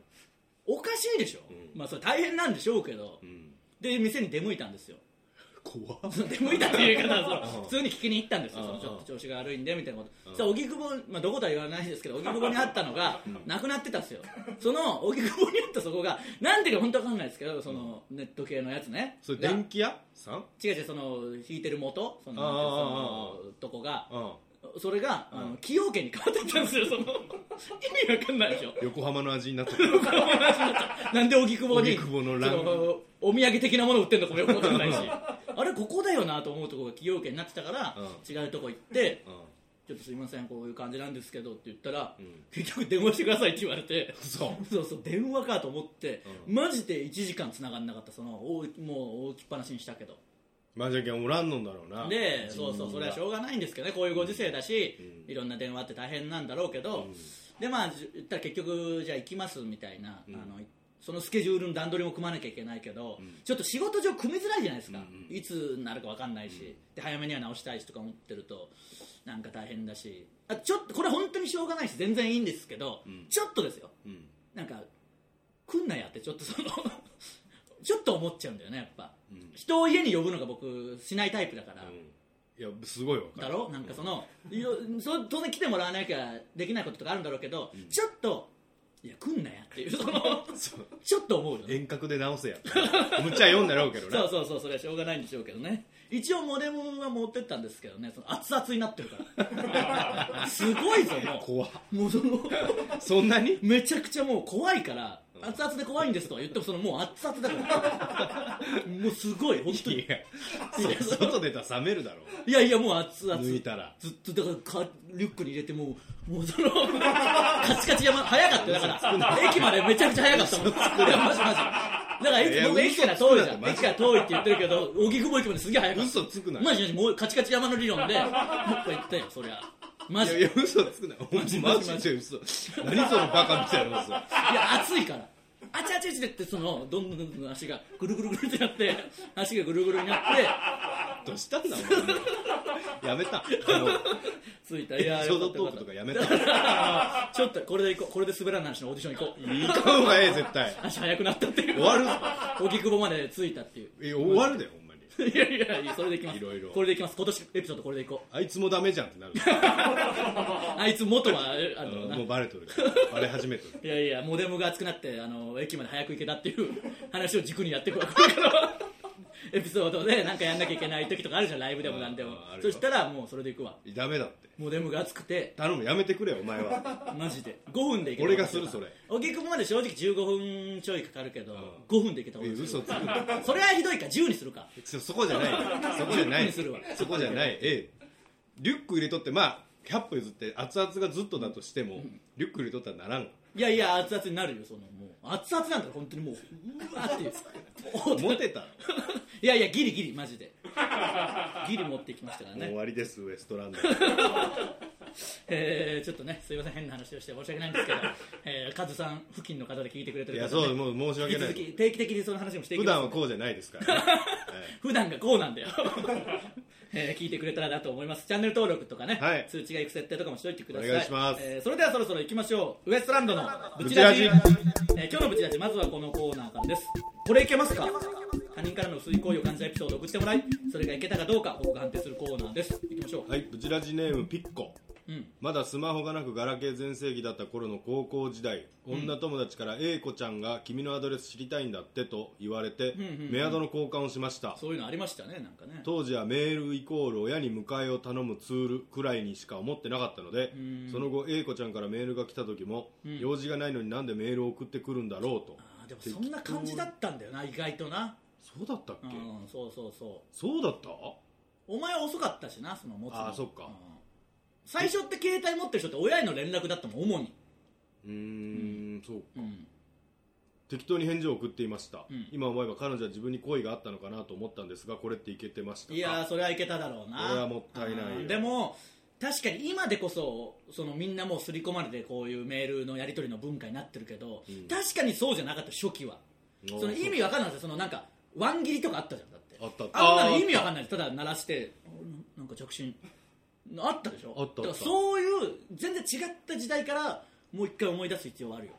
[SPEAKER 2] おかしいでしょ、
[SPEAKER 3] うん
[SPEAKER 2] まあそれ大変なんでしょうけど、
[SPEAKER 3] うん
[SPEAKER 2] で店に出向いたんですよ
[SPEAKER 3] 怖っ
[SPEAKER 2] 出向いたっていう言い方はそう
[SPEAKER 3] うん
[SPEAKER 2] 普通に聞きに行ったんですよ、
[SPEAKER 3] うん
[SPEAKER 2] そのちょっと調子が悪いんでみたいなこと、
[SPEAKER 3] うん
[SPEAKER 2] さあ荻窪、まあ、どことは言わないです けど荻窪にあったのが、なくなってたんですよその荻窪にあったそこがなんでか本当わかんないですけどそのネット系のやつね
[SPEAKER 3] それ
[SPEAKER 2] が
[SPEAKER 3] 電気屋さん
[SPEAKER 2] 違う違うその引いてる元その
[SPEAKER 3] ああ
[SPEAKER 2] なんていうのそのとこが
[SPEAKER 3] うん
[SPEAKER 2] それが、
[SPEAKER 3] うん
[SPEAKER 2] あの崎陽軒に変わってったんですよその意味わかんないでしょ
[SPEAKER 3] 横浜の味になって る
[SPEAKER 2] なんで荻窪に
[SPEAKER 3] 荻窪のラン
[SPEAKER 2] そのお土産的なもの売ってんのかもよくわかんないし あれここだよなと思うとこが崎陽軒になってたから、
[SPEAKER 3] う
[SPEAKER 2] 違うとこ行って
[SPEAKER 3] う
[SPEAKER 2] 「ちょっとすいませんこういう感じなんですけど」って言ったら、
[SPEAKER 3] ん
[SPEAKER 2] 結局電話してくださいって言われて
[SPEAKER 3] そ
[SPEAKER 2] そうそう電話かと思って、
[SPEAKER 3] う
[SPEAKER 2] マジで1時間繋がんなかったそのおいもう置きっぱなしにしたけど
[SPEAKER 3] うまあじゃけんおらんのんだろうな
[SPEAKER 2] でそうそうそれはしょうがないんですけどねこういうご時世だし、
[SPEAKER 3] うん
[SPEAKER 2] いろんな電話って大変なんだろうけど、
[SPEAKER 3] うん
[SPEAKER 2] でまあじ言ったら結局じゃあ行きますみたいな、
[SPEAKER 3] うん
[SPEAKER 2] あのそのスケジュールの段取りも組まなきゃいけないけど、
[SPEAKER 3] ん
[SPEAKER 2] ちょっと仕事上組みづらいじゃないですか、
[SPEAKER 3] うんうん
[SPEAKER 2] いつになるか分かんないし、で早めには直したいしとか思ってるとなんか大変だしあちょっとこれ本当にしょうがないし全然いいんですけど、
[SPEAKER 3] うん
[SPEAKER 2] ちょっとですよ
[SPEAKER 3] うん
[SPEAKER 2] なんか来んなやってちょっとその ちょっと思っちゃうんだよねやっぱ、
[SPEAKER 3] うん
[SPEAKER 2] 人を家に呼ぶのが僕しないタイプだから、
[SPEAKER 3] いやすごいわかる
[SPEAKER 2] だろなんかその、いろそ当然来てもらわなきゃできないこととかあるんだろうけど、ちょっといや来んなやっていうその
[SPEAKER 3] そう
[SPEAKER 2] ちょっと思うよね
[SPEAKER 3] 遠隔で直せやむっちゃ読んだろうけど な
[SPEAKER 2] そうそうそうそれはしょうがないんでしょうけどね一応モデムは持ってったんですけどねその熱々になってるからすごいぞも
[SPEAKER 3] 怖っ
[SPEAKER 2] うもうその
[SPEAKER 3] そんなに
[SPEAKER 2] めちゃくちゃもう怖いから、熱々で怖いんですとは言ってもそのもう熱々だ からもうすごい本当に
[SPEAKER 3] いや外出たら冷めるだろ
[SPEAKER 2] いやいやもう熱々
[SPEAKER 3] 抜いたら
[SPEAKER 2] ずっとだからかリュックに入れてもうもうその カチカチ山早かったよだ から駅までめちゃくちゃ早かったもんいや マジマジだから
[SPEAKER 3] い
[SPEAKER 2] 駅
[SPEAKER 3] や
[SPEAKER 2] 僕駅から
[SPEAKER 3] 嘘つ
[SPEAKER 2] 遠
[SPEAKER 3] くないって
[SPEAKER 2] じゃん
[SPEAKER 3] マジ
[SPEAKER 2] 駅から遠いって言ってるけど荻窪駅まですげえ早かった
[SPEAKER 3] 嘘つくな
[SPEAKER 2] マジマジもうカチカチ山の理論でもうこうやったよそりゃマ
[SPEAKER 3] い
[SPEAKER 2] ジ
[SPEAKER 3] や
[SPEAKER 2] い
[SPEAKER 3] い
[SPEAKER 2] や
[SPEAKER 3] や嘘つくなマジマジで嘘何そのバカみたいな嘘
[SPEAKER 2] 暑いからあちあちあちでってそのどんどんどんどん足がぐるぐるぐるってなって足がぐるぐるになって
[SPEAKER 3] どうしたんだお前やめたあの
[SPEAKER 2] ついたいや
[SPEAKER 3] エピソードトークとかやめた
[SPEAKER 2] だから ちょっとこれで行こうこれで滑らない話のオーディション行こう
[SPEAKER 3] 行った方がええ絶対
[SPEAKER 2] 足速くなったっていう
[SPEAKER 3] 終わる
[SPEAKER 2] 荻窪まで着いたっていう
[SPEAKER 3] え終わるでほんまに
[SPEAKER 2] いやいやいやそれでいきます
[SPEAKER 3] いろいろ
[SPEAKER 2] これでいきます今年エピソードこれでいこう
[SPEAKER 3] あいつもダメじゃんってなる
[SPEAKER 2] あいつ元はああのな
[SPEAKER 3] もうバレとるバレ始めとる
[SPEAKER 2] いやいやモデムが熱くなってあの駅まで早く行けたって いう話を軸にやっていこうこ れからエピソードでなんかやんなきゃいけない時とかあるじゃんライブでもなんでも
[SPEAKER 3] あーある
[SPEAKER 2] そ
[SPEAKER 3] よ
[SPEAKER 2] したらもうそれでいくわ
[SPEAKER 3] ダメだって
[SPEAKER 2] モデムが熱くて
[SPEAKER 3] 頼むやめてくれよお前は
[SPEAKER 2] マジで5分で行けた
[SPEAKER 3] 俺がするそれ
[SPEAKER 2] 荻窪まで正直15分ちょいかかるけど、5分で行けたこ
[SPEAKER 3] え
[SPEAKER 2] と
[SPEAKER 3] 嘘つくな
[SPEAKER 2] それはひどいか10にするか
[SPEAKER 3] そそこじ ゃないそこじゃな
[SPEAKER 2] リュックに
[SPEAKER 3] い
[SPEAKER 2] するわ
[SPEAKER 3] そこじゃないええリュック入れとってまあ100歩譲って熱々がずっとだとしても、リュック入れとったらならん
[SPEAKER 2] いやいや熱々になるよそのもう熱々なんだから本当にもううわーっていう
[SPEAKER 3] モテたら、
[SPEAKER 2] いやいやギリギリマジでギリ持ってきましたから
[SPEAKER 3] もう
[SPEAKER 2] ね
[SPEAKER 3] 終わりですウエストランド
[SPEAKER 2] えー、ちょっとねすいません変な話をして申し訳ないんですけど、えー、カズさん付近の方で聞いてくれて
[SPEAKER 3] い
[SPEAKER 2] る
[SPEAKER 3] や
[SPEAKER 2] 方、ね、
[SPEAKER 3] そうもう申し
[SPEAKER 2] 引き
[SPEAKER 3] 訳な
[SPEAKER 2] 続
[SPEAKER 3] い
[SPEAKER 2] き定期的にその話もしてい
[SPEAKER 3] 普
[SPEAKER 2] きます
[SPEAKER 3] 段はこうじゃないですから、ね
[SPEAKER 2] 普段がこうなんだよ、 えー聞いてくれたらなと思いますチャンネル登録とかね、
[SPEAKER 3] はい
[SPEAKER 2] 通知がいく設定とかもしておいてください
[SPEAKER 3] お願いします
[SPEAKER 2] えーそれではそろそろ行きましょうウエストランドのブチ
[SPEAKER 3] チ
[SPEAKER 2] ラ
[SPEAKER 3] ラ
[SPEAKER 2] ジ
[SPEAKER 3] ジ
[SPEAKER 2] えー今日のブチラジまずはこのコーナーからですこれいけますか他人からの薄い行為を感じたエピソードを送ってもらいそれがいけたかどうか僕が判定するコーナーです行きましょう、
[SPEAKER 3] はいブチラジネームピッコ
[SPEAKER 2] うん
[SPEAKER 3] まだスマホがなくガラケー全盛期だった頃の高校時代、女友達から A 子ちゃんが君のアドレス知りたいんだってと言われ
[SPEAKER 2] ん
[SPEAKER 3] て、
[SPEAKER 2] うんうん
[SPEAKER 3] メアドの交換をしました
[SPEAKER 2] そういうのありましたねなんかね
[SPEAKER 3] 当時はメールイコール親に迎えを頼むツールくらいにしか思ってなかったので
[SPEAKER 2] うん
[SPEAKER 3] その後 A 子ちゃんからメールが来た時も、
[SPEAKER 2] うん
[SPEAKER 3] 用事がないのになんでメールを送ってくるんだろうと
[SPEAKER 2] あーでもそんな感じだったんだよな意外とな
[SPEAKER 3] そうだったっ
[SPEAKER 2] う
[SPEAKER 3] け、
[SPEAKER 2] んそうそうそう
[SPEAKER 3] そうだった
[SPEAKER 2] お前は遅かったしなその持つの
[SPEAKER 3] あーそっか
[SPEAKER 2] ん最初って携帯持ってる人って親への連絡だったもん主に
[SPEAKER 3] うーんそう
[SPEAKER 2] うん
[SPEAKER 3] 適当に返事を送っていました、
[SPEAKER 2] うん
[SPEAKER 3] 今思えば彼女は自分に好意があったのかなと思ったんですがこれっていけてましたか
[SPEAKER 2] いやーそれはいけただろうな
[SPEAKER 3] それはもったいないよ
[SPEAKER 2] うんでも確かに今でこそそのみんなもう刷り込まれてこういうメールのやり取りの文化になってるけど、
[SPEAKER 3] うん
[SPEAKER 2] 確かにそうじゃなかった初期は
[SPEAKER 3] あー
[SPEAKER 2] その意味わかんないですよそのなんかワン切りとかあったじゃんだって
[SPEAKER 3] あったあった
[SPEAKER 2] あんなの意味わかんないですただ鳴らしてあなんか着信あったでしょ
[SPEAKER 3] あったあっ
[SPEAKER 2] だ
[SPEAKER 3] た
[SPEAKER 2] からそういう全然違った時代からもう一回思い出す必要はあるよ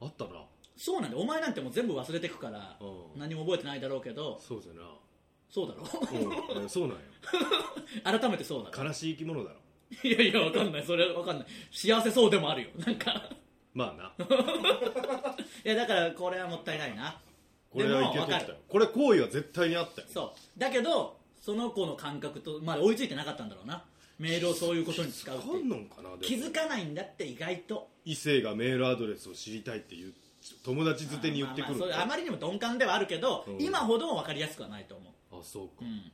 [SPEAKER 3] あったな
[SPEAKER 2] そうなんだよお前なんてもう全部忘れてくから
[SPEAKER 3] うん
[SPEAKER 2] 何も覚えてないだろうけど
[SPEAKER 3] そうじゃな
[SPEAKER 2] そうだろ
[SPEAKER 3] うんえそうなんや
[SPEAKER 2] 改めてそうだろ
[SPEAKER 3] 悲しい生き物だろ
[SPEAKER 2] いやいやわかんないそれわかんない幸せそうでもあるよなんか
[SPEAKER 3] ま あな
[SPEAKER 2] いやだからこれはもったいないな
[SPEAKER 3] これはいけてきたよこれ好意は絶対にあったよ
[SPEAKER 2] そうだけどその子の感覚とまあ追いついてなかったんだろうなメールをそういうことに使うって
[SPEAKER 3] かんのんかなでも
[SPEAKER 2] 気づかないんだって意外と
[SPEAKER 3] 異性がメールアドレスを知りたいっていう友達づてに言ってく
[SPEAKER 2] ま
[SPEAKER 3] る
[SPEAKER 2] あまあまあそれあまりにも鈍感ではあるけど
[SPEAKER 3] うん
[SPEAKER 2] 今ほど分かりやすくはないと思
[SPEAKER 3] あそうか
[SPEAKER 2] う、うん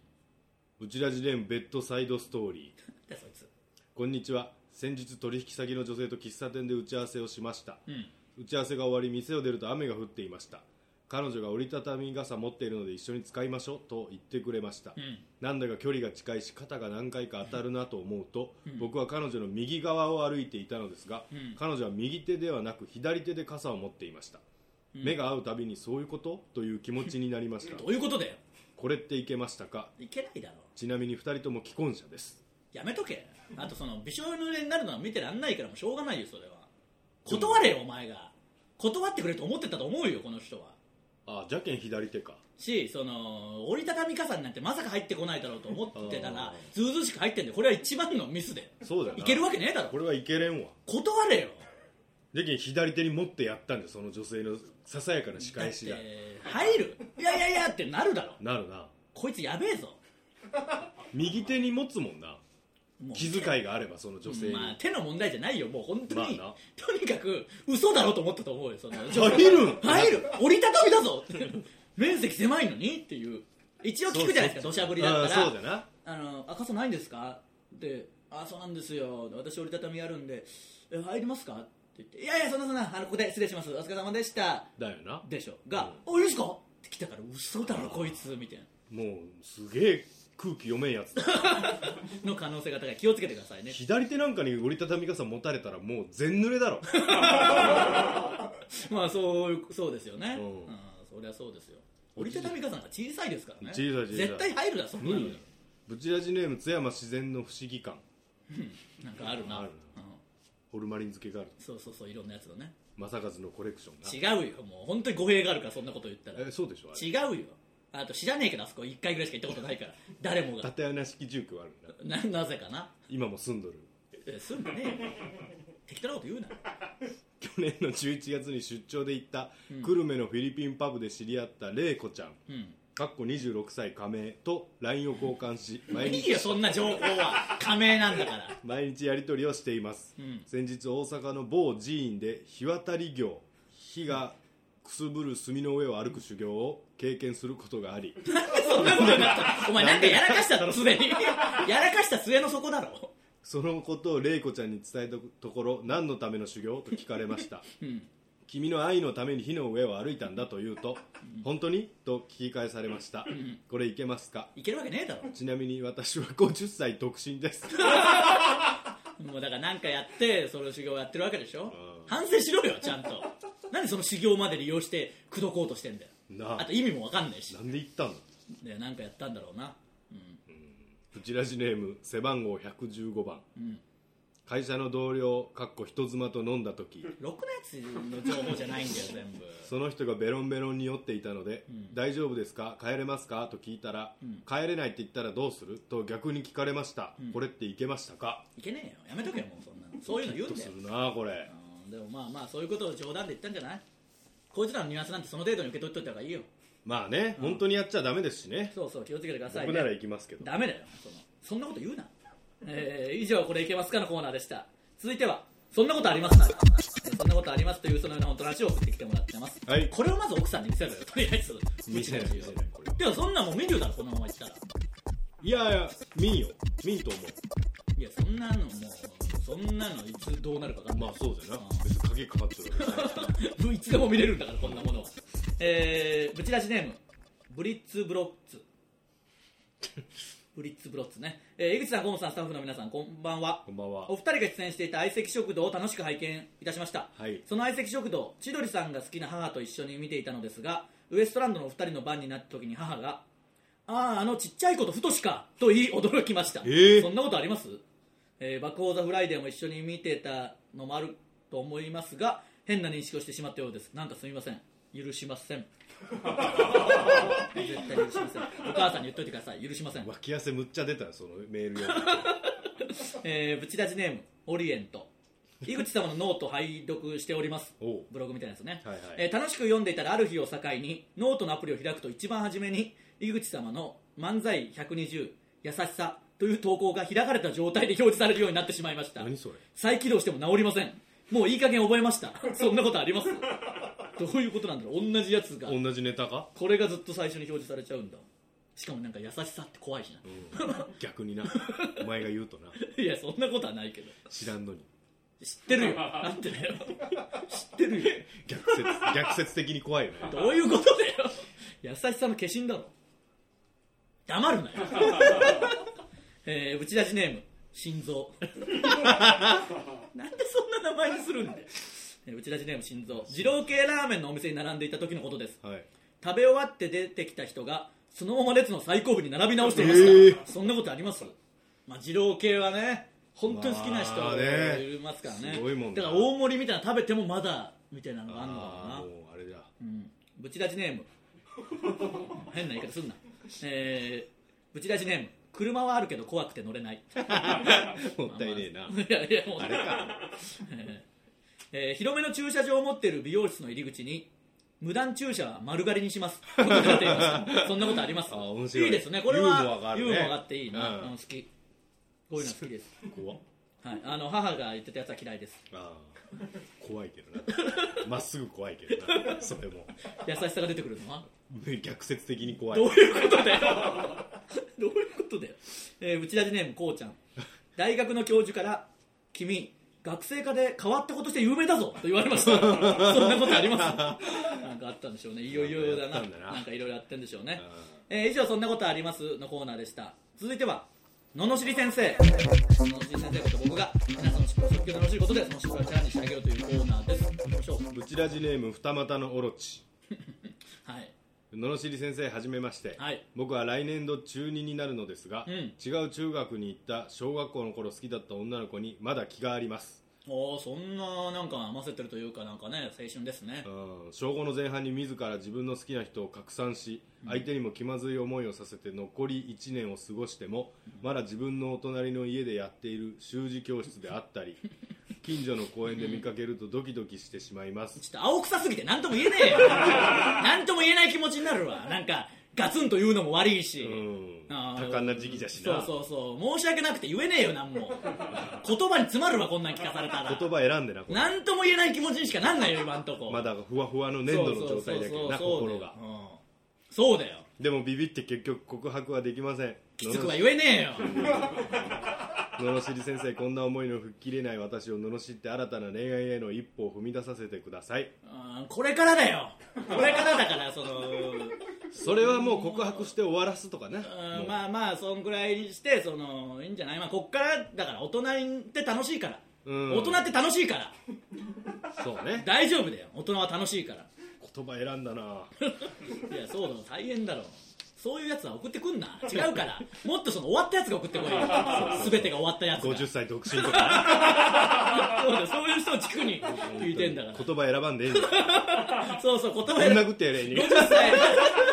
[SPEAKER 3] うちらじレームベッドサイドストーリー
[SPEAKER 2] でそいつ
[SPEAKER 3] こんにちは先日取引先の女性と喫茶店で打ち合わせをしました、
[SPEAKER 2] うん
[SPEAKER 3] 打ち合わせが終わり店を出ると雨が降っていました彼女が折りたたみ傘持っているので一緒に使いましょうと言ってくれました、
[SPEAKER 2] ん
[SPEAKER 3] なんだか距離が近いし肩が何回か当たるなと思うと、僕は彼女の右側を歩いていたのですが、
[SPEAKER 2] ん
[SPEAKER 3] 彼女は右手ではなく左手で傘を持っていました、目が合うたびにそういうことという気持ちになりました
[SPEAKER 2] どういうことだよ
[SPEAKER 3] これっていけましたか
[SPEAKER 2] いけないだろう
[SPEAKER 3] ちなみに2人とも既婚者です
[SPEAKER 2] やめとけあとそのびしょ濡れになるのは見てらんないからもうしょうがないよそれは断れよお前が断ってくれると思ってたと思うよこの人は
[SPEAKER 3] あじゃけん左手か
[SPEAKER 2] しその折りたたみ傘になんてまさか入ってこないだろうと思ってたら
[SPEAKER 3] あ
[SPEAKER 2] ずうずうしく入ってんでこれは一番のミスで
[SPEAKER 3] そうだよない
[SPEAKER 2] けるわけねえだろ
[SPEAKER 3] これはいけれんわ
[SPEAKER 2] 断れよ
[SPEAKER 3] じゃけん左手に持ってやったんでその女性のささやかな仕
[SPEAKER 2] だっ
[SPEAKER 3] 返
[SPEAKER 2] て
[SPEAKER 3] しが
[SPEAKER 2] 入るいやいやいやってなるだろ
[SPEAKER 3] なるな
[SPEAKER 2] こいつやべえぞ
[SPEAKER 3] 右手に持つもんな
[SPEAKER 2] もう
[SPEAKER 3] 気遣いがあればその女性に、
[SPEAKER 2] まあ、手の問題じゃないよもう本当に、
[SPEAKER 3] まあな
[SPEAKER 2] とにかく嘘だろうと思ったと思うよ その
[SPEAKER 3] 入るん
[SPEAKER 2] 入る折りたたみだぞ面積狭いのにっていう一応聞くじゃないですか土砂降りだ
[SPEAKER 3] あ
[SPEAKER 2] か
[SPEAKER 3] あ
[SPEAKER 2] ら
[SPEAKER 3] そうだな
[SPEAKER 2] あの赤さないんですか?」で「あそうなんですよ私折りたたみやるんでえ入りますか?」って言って「いやいやそんなそんなあのここで失礼しますお疲れ様でした
[SPEAKER 3] だよな」
[SPEAKER 2] でしょが「おいいですか?」って来たから「嘘だろこいつ」みたいな
[SPEAKER 3] もうすげえ空気読めん やつだ
[SPEAKER 2] の可能性が高い気をつけてくださいね
[SPEAKER 3] 左手なんかに折りたたみ傘持たれたらもう全濡れだろ
[SPEAKER 2] まあそういうそうですよね
[SPEAKER 3] う
[SPEAKER 2] うんんそりゃそうですよ折りたたみ傘なんか小さいですからね
[SPEAKER 3] 小さい小さい
[SPEAKER 2] 絶対入るだろそんなの
[SPEAKER 3] 無理だよブチラジネーム津山自然の不思議感
[SPEAKER 2] なんかあるな
[SPEAKER 3] ある
[SPEAKER 2] うん
[SPEAKER 3] ホルマリン漬けがある
[SPEAKER 2] そうそうそういろんなやつのね
[SPEAKER 3] 正和のコレクション
[SPEAKER 2] 違
[SPEAKER 3] が
[SPEAKER 2] うよもう本当に語弊があるからそんなこと言ったら
[SPEAKER 3] えそうでしょあれ
[SPEAKER 2] 違うよあと知らねえけどあそこ1回ぐらいしか行ったことないから誰もが
[SPEAKER 3] 縦穴式住居があるんだ
[SPEAKER 2] ななぜかな
[SPEAKER 3] 今も住んどる
[SPEAKER 2] えすんでねえよ適当なこと言うな
[SPEAKER 3] 去年の11月に出張で行った、久留米のフィリピンパブで知り合った玲子ちゃん
[SPEAKER 2] うん
[SPEAKER 3] かっこ26歳加盟と LINE を交換し毎
[SPEAKER 2] い
[SPEAKER 3] 日
[SPEAKER 2] いよそんな情報は加盟なんだから
[SPEAKER 3] 毎日やり取りをしています、
[SPEAKER 2] ん
[SPEAKER 3] 先日大阪の某寺院で日渡り行火がくすぶる炭の上を歩く修行を経験することがあり
[SPEAKER 2] そんなことになったお前なんかやらかしただろすでにやらかした末の底だろ
[SPEAKER 3] そのことを玲子ちゃんに伝えたところ何のための修行と聞かれました、君の愛のために火の上を歩いたんだと言うと、本当にと聞き返されました、これいけますか
[SPEAKER 2] いけるわけねえだろ
[SPEAKER 3] ちなみに私は50歳独身です
[SPEAKER 2] もうだからなんかやってその修行やってるわけでしょ反省しろよちゃんとなんでその修行まで利用して口説こうとしてんだよ
[SPEAKER 3] なあ
[SPEAKER 2] あと意味もわかんないし
[SPEAKER 3] なんで行ったの
[SPEAKER 2] でなんかやったんだろうな
[SPEAKER 3] プチラジネーム背番号115番、会社の同僚かっこ人妻と飲んだ時
[SPEAKER 2] ろくなやつの情報じゃないんだよ全部
[SPEAKER 3] その人がベロンベロンに酔っていたので「大丈夫ですか帰れますか?」と聞いたら、帰れないって言ったらどうする?」と逆に聞かれました、これっていけましたか
[SPEAKER 2] いけねえよやめとけよもうそんなのそういうの言うん
[SPEAKER 3] と
[SPEAKER 2] だ
[SPEAKER 3] す
[SPEAKER 2] よ
[SPEAKER 3] るなこれ
[SPEAKER 2] うんでもまあまあそういうことを冗談で言ったんじゃないこいつらのニュアンスなんてその程度に受け取っといた方がいいよ
[SPEAKER 3] まあね、本当にやっちゃダメですしね
[SPEAKER 2] そうそう気をつけてください、
[SPEAKER 3] 僕
[SPEAKER 2] ね、
[SPEAKER 3] なら行きますけど
[SPEAKER 2] ダメだよそのそんなこと言うな、えー以上「これいけますか?」のコーナーでした続いては「そんなことありますな」えーそんなことありますというそのような本当の話を送ってきてもらってます、
[SPEAKER 3] はい
[SPEAKER 2] これをまず奥さんに見せろよとりあえず
[SPEAKER 3] 見せないう
[SPEAKER 2] ちの
[SPEAKER 3] 見せないこれ
[SPEAKER 2] でもそんなもん見るだろこのままいったら
[SPEAKER 3] いやいや見んよ見んと思
[SPEAKER 2] いやそんなのもうそんなのいつどうなるか分かん
[SPEAKER 3] う
[SPEAKER 2] ない
[SPEAKER 3] まあそうだよな別に鍵かかってるわけじゃない
[SPEAKER 2] いつでも見れるんだからこんなものはえー、ぶち出しネームブリッツブロッツブリッツブロッツね、えー、井口さん河本さんスタッフの皆さんこんばんは
[SPEAKER 3] こんばんは
[SPEAKER 2] お二人が出演していた相席食堂を楽しく拝見いたしました、
[SPEAKER 3] はい
[SPEAKER 2] その相席食堂千鳥さんが好きな母と一緒に見ていたのですがウエストランドのお二人の番になった時に母が「あああのちっちゃい子と太しか」と言い驚きました、
[SPEAKER 3] ええ
[SPEAKER 2] そんなことあります、えー、バック・オー・ザ・フライデーも一緒に見てたのもあると思いますが変な認識をしてしまったようですなんかすみません許しません絶対許しませんお母さんに言っといてください許しません
[SPEAKER 3] 脇汗むっちゃ出たよそのメール読んで
[SPEAKER 2] えー、ブチラジネームオリエント井口様のノート拝読しております
[SPEAKER 3] おう
[SPEAKER 2] ブログみたいなやつね、
[SPEAKER 3] はいはい
[SPEAKER 2] えー楽しく読んでいたらある日を境にノートのアプリを開くと一番初めに井口様の「漫才120優しさ」という投稿が開かれた状態で表示されるようになってしまいました
[SPEAKER 3] 何それ
[SPEAKER 2] 再起動しても治りませんもういい加減覚えましたそんなことあります どういうことなんだろう同じやつが
[SPEAKER 3] 同じネタか
[SPEAKER 2] これがずっと最初に表示されちゃうんだしかもなんか優しさって怖いしな、
[SPEAKER 3] 逆になお前が言うとない
[SPEAKER 2] やそんなことはないけど
[SPEAKER 3] 知らんのに
[SPEAKER 2] 知って るよなんてだよ知ってるよ
[SPEAKER 3] 逆説逆説的に怖いよね
[SPEAKER 2] どういうことだよ 優しさの化身だろ黙 るなよえー、打ち出しネーム心 臓なんでそんな名前にするんだよえー打ち出しネーム心臓二郎系ラーメンのお店に並んでいた時のことです
[SPEAKER 3] はい
[SPEAKER 2] 食べ終わって出てきた人がそのまま列の最後尾に並び直していました、
[SPEAKER 3] ええ
[SPEAKER 2] そんなことありますまあ二郎系はね本当に好きな人
[SPEAKER 3] まあね
[SPEAKER 2] いますからね,、
[SPEAKER 3] すごいもんな
[SPEAKER 2] だから大盛りみたいなの食べてもまだみたいなのがあるのか
[SPEAKER 3] あ
[SPEAKER 2] な
[SPEAKER 3] あもうあれだ
[SPEAKER 2] うんぶち出しネーム変な言い方すんなえー、ぶち出しネーム車はあるけど怖くて乗れない
[SPEAKER 3] もったいねえな、
[SPEAKER 2] いやいやもうあれか、えー広めの駐車場を持っている美容室の入り口に無断駐車は丸刈りにし ますと書かれていましたそんなことあります
[SPEAKER 3] あ面白い
[SPEAKER 2] ですねこれは
[SPEAKER 3] ユーモアがあるね
[SPEAKER 2] ユーモアがあっていいな、
[SPEAKER 3] うん
[SPEAKER 2] うん好きこういうの好きです、
[SPEAKER 3] 怖っ
[SPEAKER 2] はい、あの母が言ってたやつは嫌いです
[SPEAKER 3] ああ怖いけどなまっすぐ怖いけどなそれも
[SPEAKER 2] 優しさが出てくるのは
[SPEAKER 3] 逆説的に怖い
[SPEAKER 2] どういうことだよどういうことだよ、えー、内田ジネームこうちゃん大学の教授から「君学生科で変わったことして有名だぞ」と言われましたそんなことありますなんかあったんでしょうねいよいよだな
[SPEAKER 3] な
[SPEAKER 2] ん
[SPEAKER 3] かやったんだな
[SPEAKER 2] なんかいろいろやってんでしょうね
[SPEAKER 3] ああ
[SPEAKER 2] えー以上「そんなことあります」のコーナーでした続いては「ののしり先生」ののしり先生こと僕が皆さんの失敗を即興で楽しいことでその失敗をチャレンジしてあげようというコーナーです行きましょう
[SPEAKER 3] ブチラジネーム二股のオロチ
[SPEAKER 2] はい
[SPEAKER 3] ののしり先生はじめまして、
[SPEAKER 2] はい
[SPEAKER 3] 僕は来年度中2になるのですが、
[SPEAKER 2] うん
[SPEAKER 3] 違う中学に行った小学校の頃好きだった女の子にまだ気があります
[SPEAKER 2] おーそんななんかませてるというかなんかね青春ですね
[SPEAKER 3] うん小5の前半に自ら自分の好きな人を拡散し相手にも気まずい思いをさせて残り1年を過ごしてもまだ自分のお隣の家でやっている習字教室であっ たり近所の公園で見かけるとドキドキしてしまいます
[SPEAKER 2] ちょっと青臭すぎて何とも言えね えよ何とも言えない気持ちになるわなんかガツンと言うのも悪いし、
[SPEAKER 3] うん
[SPEAKER 2] あ
[SPEAKER 3] 多
[SPEAKER 2] ー
[SPEAKER 3] 感な時期じゃし
[SPEAKER 2] そ
[SPEAKER 3] な
[SPEAKER 2] うそうそう申し訳なくて言えねえよなんも言葉に詰まるわこんなん聞かされたら
[SPEAKER 3] 言葉選んでなこれ
[SPEAKER 2] 何とも言えない気持ちにしかなんないよ今んとこ
[SPEAKER 3] まだふわふわの粘土の状態だけどな
[SPEAKER 2] そうそうそう
[SPEAKER 3] 心が
[SPEAKER 2] そうだようんそうだよ
[SPEAKER 3] でもビビって結局告白はできません
[SPEAKER 2] きつくは言えねえよ
[SPEAKER 3] ののしり先生こんな思いの吹っ切れない私を罵って新たな恋愛への一歩を踏み出させてください
[SPEAKER 2] うんこれからだよこれからだからその
[SPEAKER 3] それはもう告白して終わらすとかね
[SPEAKER 2] うんまあまあそんぐらいにしてそのいいんじゃないまあこっからだから大人って楽しいから、
[SPEAKER 3] うん
[SPEAKER 2] 大人って楽しいから
[SPEAKER 3] そうね
[SPEAKER 2] 大丈夫だよ大人は楽しいから
[SPEAKER 3] 言葉選ん だない
[SPEAKER 2] やそうだろ大変だろそういうやつは送ってくんな違うからもっとその終わったやつが送ってこいよ全てが終わったやつが
[SPEAKER 3] 50歳独身とか
[SPEAKER 2] そうだよそういう人を軸に聞いてんだか
[SPEAKER 3] 言葉選ばんでいいん だよ
[SPEAKER 2] らそうそう言葉
[SPEAKER 3] ぶん
[SPEAKER 2] 選
[SPEAKER 3] 殴ってやれに
[SPEAKER 2] 50歳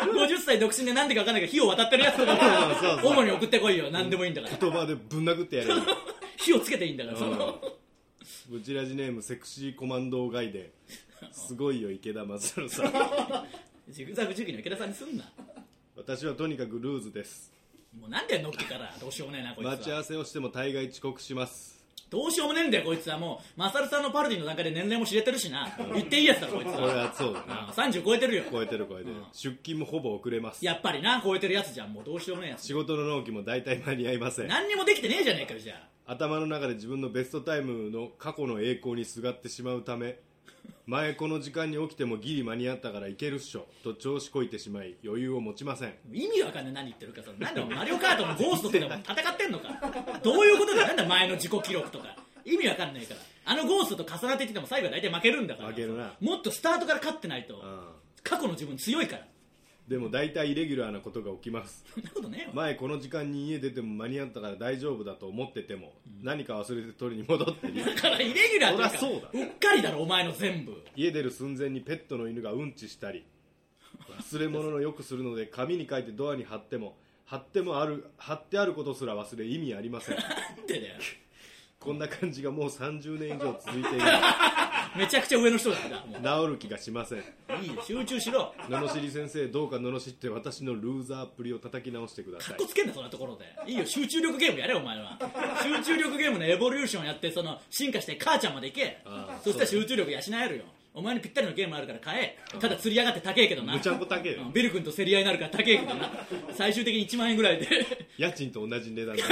[SPEAKER 2] 50歳独身で何でか分かんないけど火を渡ってるやつとか
[SPEAKER 3] そうそうそう
[SPEAKER 2] 主に送ってこいよ何でもいいんだから
[SPEAKER 3] 言葉でぶん殴ってやれに
[SPEAKER 2] 火をつけていいんだからその
[SPEAKER 3] ブチラジネームセクシーコマンド外ですごいよ池田松 郎さん
[SPEAKER 2] ジグザグ時期の池田さんにすんな
[SPEAKER 3] 私はとにかくルーズです
[SPEAKER 2] もうなんだよのっけからどうしようもねえなこい
[SPEAKER 3] 待
[SPEAKER 2] つ
[SPEAKER 3] ち合
[SPEAKER 2] は
[SPEAKER 3] わせをしても大概遅刻します
[SPEAKER 2] どうしようもねえんだよこいつはもうマサルさんのパロディの中で年齢も知れてるしな言っていいやつだろこいつ
[SPEAKER 3] これ
[SPEAKER 2] は
[SPEAKER 3] はそうだ
[SPEAKER 2] うん
[SPEAKER 3] な
[SPEAKER 2] 30超えてるよ
[SPEAKER 3] 超えてる超えてる出勤もほぼ遅れます
[SPEAKER 2] やっぱりな超えてるやつじゃんもうどうしようもねえやつ
[SPEAKER 3] 仕事の納期も大体間に合いません
[SPEAKER 2] 何にもできてねえじゃねえかよじゃあ
[SPEAKER 3] 頭の中で自分のベストタイムの過去の栄光にすがってしまうため前この時間に起きてもギリ間に合ったからいけるっしょと調子こいてしまい余裕を持ちません
[SPEAKER 2] 意味わかんない何言ってるかさなんだお前マリオカートのゴーストとかも戦ってんのか どういうことだよなんだ前の自己記録とか意味わかんないからあのゴーストと重なってきても最後は大体負けるんだから
[SPEAKER 3] 負けるな
[SPEAKER 2] もっとスタートから勝ってないと
[SPEAKER 3] うん
[SPEAKER 2] 過去の自分強いから
[SPEAKER 3] でも大体イレギュラーなことが起きます
[SPEAKER 2] そんなことねえわ
[SPEAKER 3] 前この時間に家出ても間に合ったから大丈夫だと思ってても、何か忘れて取りに戻ってる
[SPEAKER 2] だからイレギュラーというか
[SPEAKER 3] そりゃそう
[SPEAKER 2] うっかりだろお前の全部
[SPEAKER 3] 家出る寸前にペットの犬がうんちしたり忘れ物のよくするので紙に書いてドアに貼っても貼ってもある貼ってあることすら忘れ意味ありません
[SPEAKER 2] なんでだよ
[SPEAKER 3] こんな感じがもう30年以上続いている
[SPEAKER 2] めちゃくちゃ上の人だったも
[SPEAKER 3] 治る気がしません
[SPEAKER 2] ういいよ集中しろ
[SPEAKER 3] 罵り先生どうか罵って私のルーザーっぷりを叩き直してくだ
[SPEAKER 2] か
[SPEAKER 3] さ
[SPEAKER 2] っ
[SPEAKER 3] い
[SPEAKER 2] こつけんなそんなところでいいよ集中力ゲームやれお前は集中力ゲームのエボリューションやってその進化して母ちゃんまで行け
[SPEAKER 3] ああ
[SPEAKER 2] そしたら集中力養えるよお前にぴったりのゲームあるから買えただ釣り上がって高えけどな
[SPEAKER 3] むちゃんこ高えよ
[SPEAKER 2] うんビル君と競り合いになるから高えけどな最終的に1万円ぐらいで
[SPEAKER 3] 家賃と同じ値段で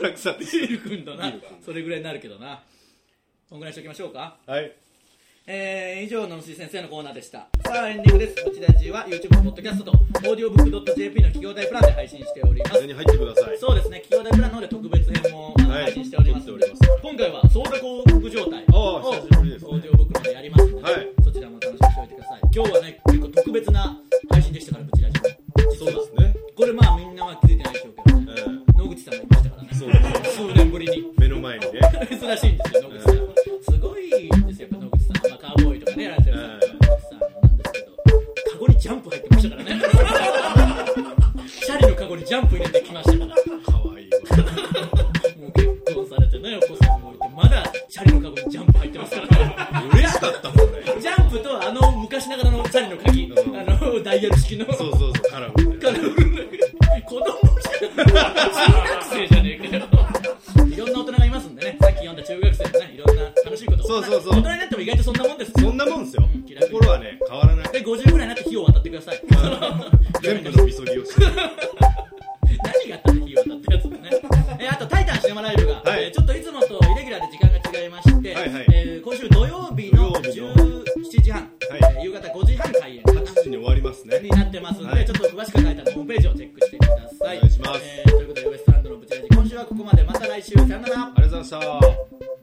[SPEAKER 3] 落札
[SPEAKER 2] ビル君とな
[SPEAKER 3] ビル君
[SPEAKER 2] それぐらいになるけどなこんぐらいにしておきましょうか
[SPEAKER 3] はい
[SPEAKER 2] えー、以上のし先生のコーナーでしたさあエンディングですこちらじは YouTube ポッドキャストと audiobook.jp の企業大プランで配信しております
[SPEAKER 3] それに入ってください
[SPEAKER 2] そうですね、企業大プランの方で特別編もあの
[SPEAKER 3] はい
[SPEAKER 2] 配信しておりますので、
[SPEAKER 3] やってお
[SPEAKER 2] 今回は相談広告状態を
[SPEAKER 3] ああ久しぶりですね
[SPEAKER 2] オーディオブックの方でやりますので、
[SPEAKER 3] はい
[SPEAKER 2] そちらも楽しみにしておいてください。今日はね、結構特別な配信でしたから、こちらに。
[SPEAKER 3] そ
[SPEAKER 2] 実は
[SPEAKER 3] うですね、
[SPEAKER 2] これまあみんなは気づいてないでしょうけど、
[SPEAKER 3] えー
[SPEAKER 2] 野口さんがいましたからね、
[SPEAKER 3] そうです
[SPEAKER 2] 数年ぶりに。
[SPEAKER 3] 目の前にね
[SPEAKER 2] 珍しいんですよ、野口さんは。すごいんですよ、やっぱ野口さん。まあ、カーボーイとかね、やられてる野口さんなんですけど、カゴにジャンプ入ってましたからね。シャリのカゴにジャンプ入れてきましたから。
[SPEAKER 3] かわいいわ
[SPEAKER 2] もう結婚されてね、お 子さんもいて、まだシャリのカゴにジャンプ入ってますからね。
[SPEAKER 3] 嬉しかったもんね
[SPEAKER 2] ジャンプとあの昔ながらのシャリの鍵、
[SPEAKER 3] うん
[SPEAKER 2] あのダイヤル式の。
[SPEAKER 3] そうそうそうカラフルで
[SPEAKER 2] カラフルな子供じゃん。中学生じゃねえかよ。
[SPEAKER 3] なもんですよ
[SPEAKER 2] うん気楽に
[SPEAKER 3] 心はね変わらない
[SPEAKER 2] で50ぐらいになって火を渡ってくださ い
[SPEAKER 3] 全部のみそぎをして
[SPEAKER 2] 何があったの火を渡ったやつだね、えーあと「タイタンシネマライブが」
[SPEAKER 3] はい
[SPEAKER 2] えーちょっといつもとイレギュラーで時間が違いまして、
[SPEAKER 3] はいはい
[SPEAKER 2] えー今週土曜日の
[SPEAKER 3] 土曜日の
[SPEAKER 2] 17時半、
[SPEAKER 3] はい
[SPEAKER 2] えー夕方5時半開演かな
[SPEAKER 3] 8時に終わりますね
[SPEAKER 2] になってますんで、
[SPEAKER 3] はい
[SPEAKER 2] ちょっと詳しく書いたらホームページをチェックしてください
[SPEAKER 3] お願いします
[SPEAKER 2] えーということでウエストランドのブチラジ今週はここまでまた来週さよなら
[SPEAKER 3] ありがとうございました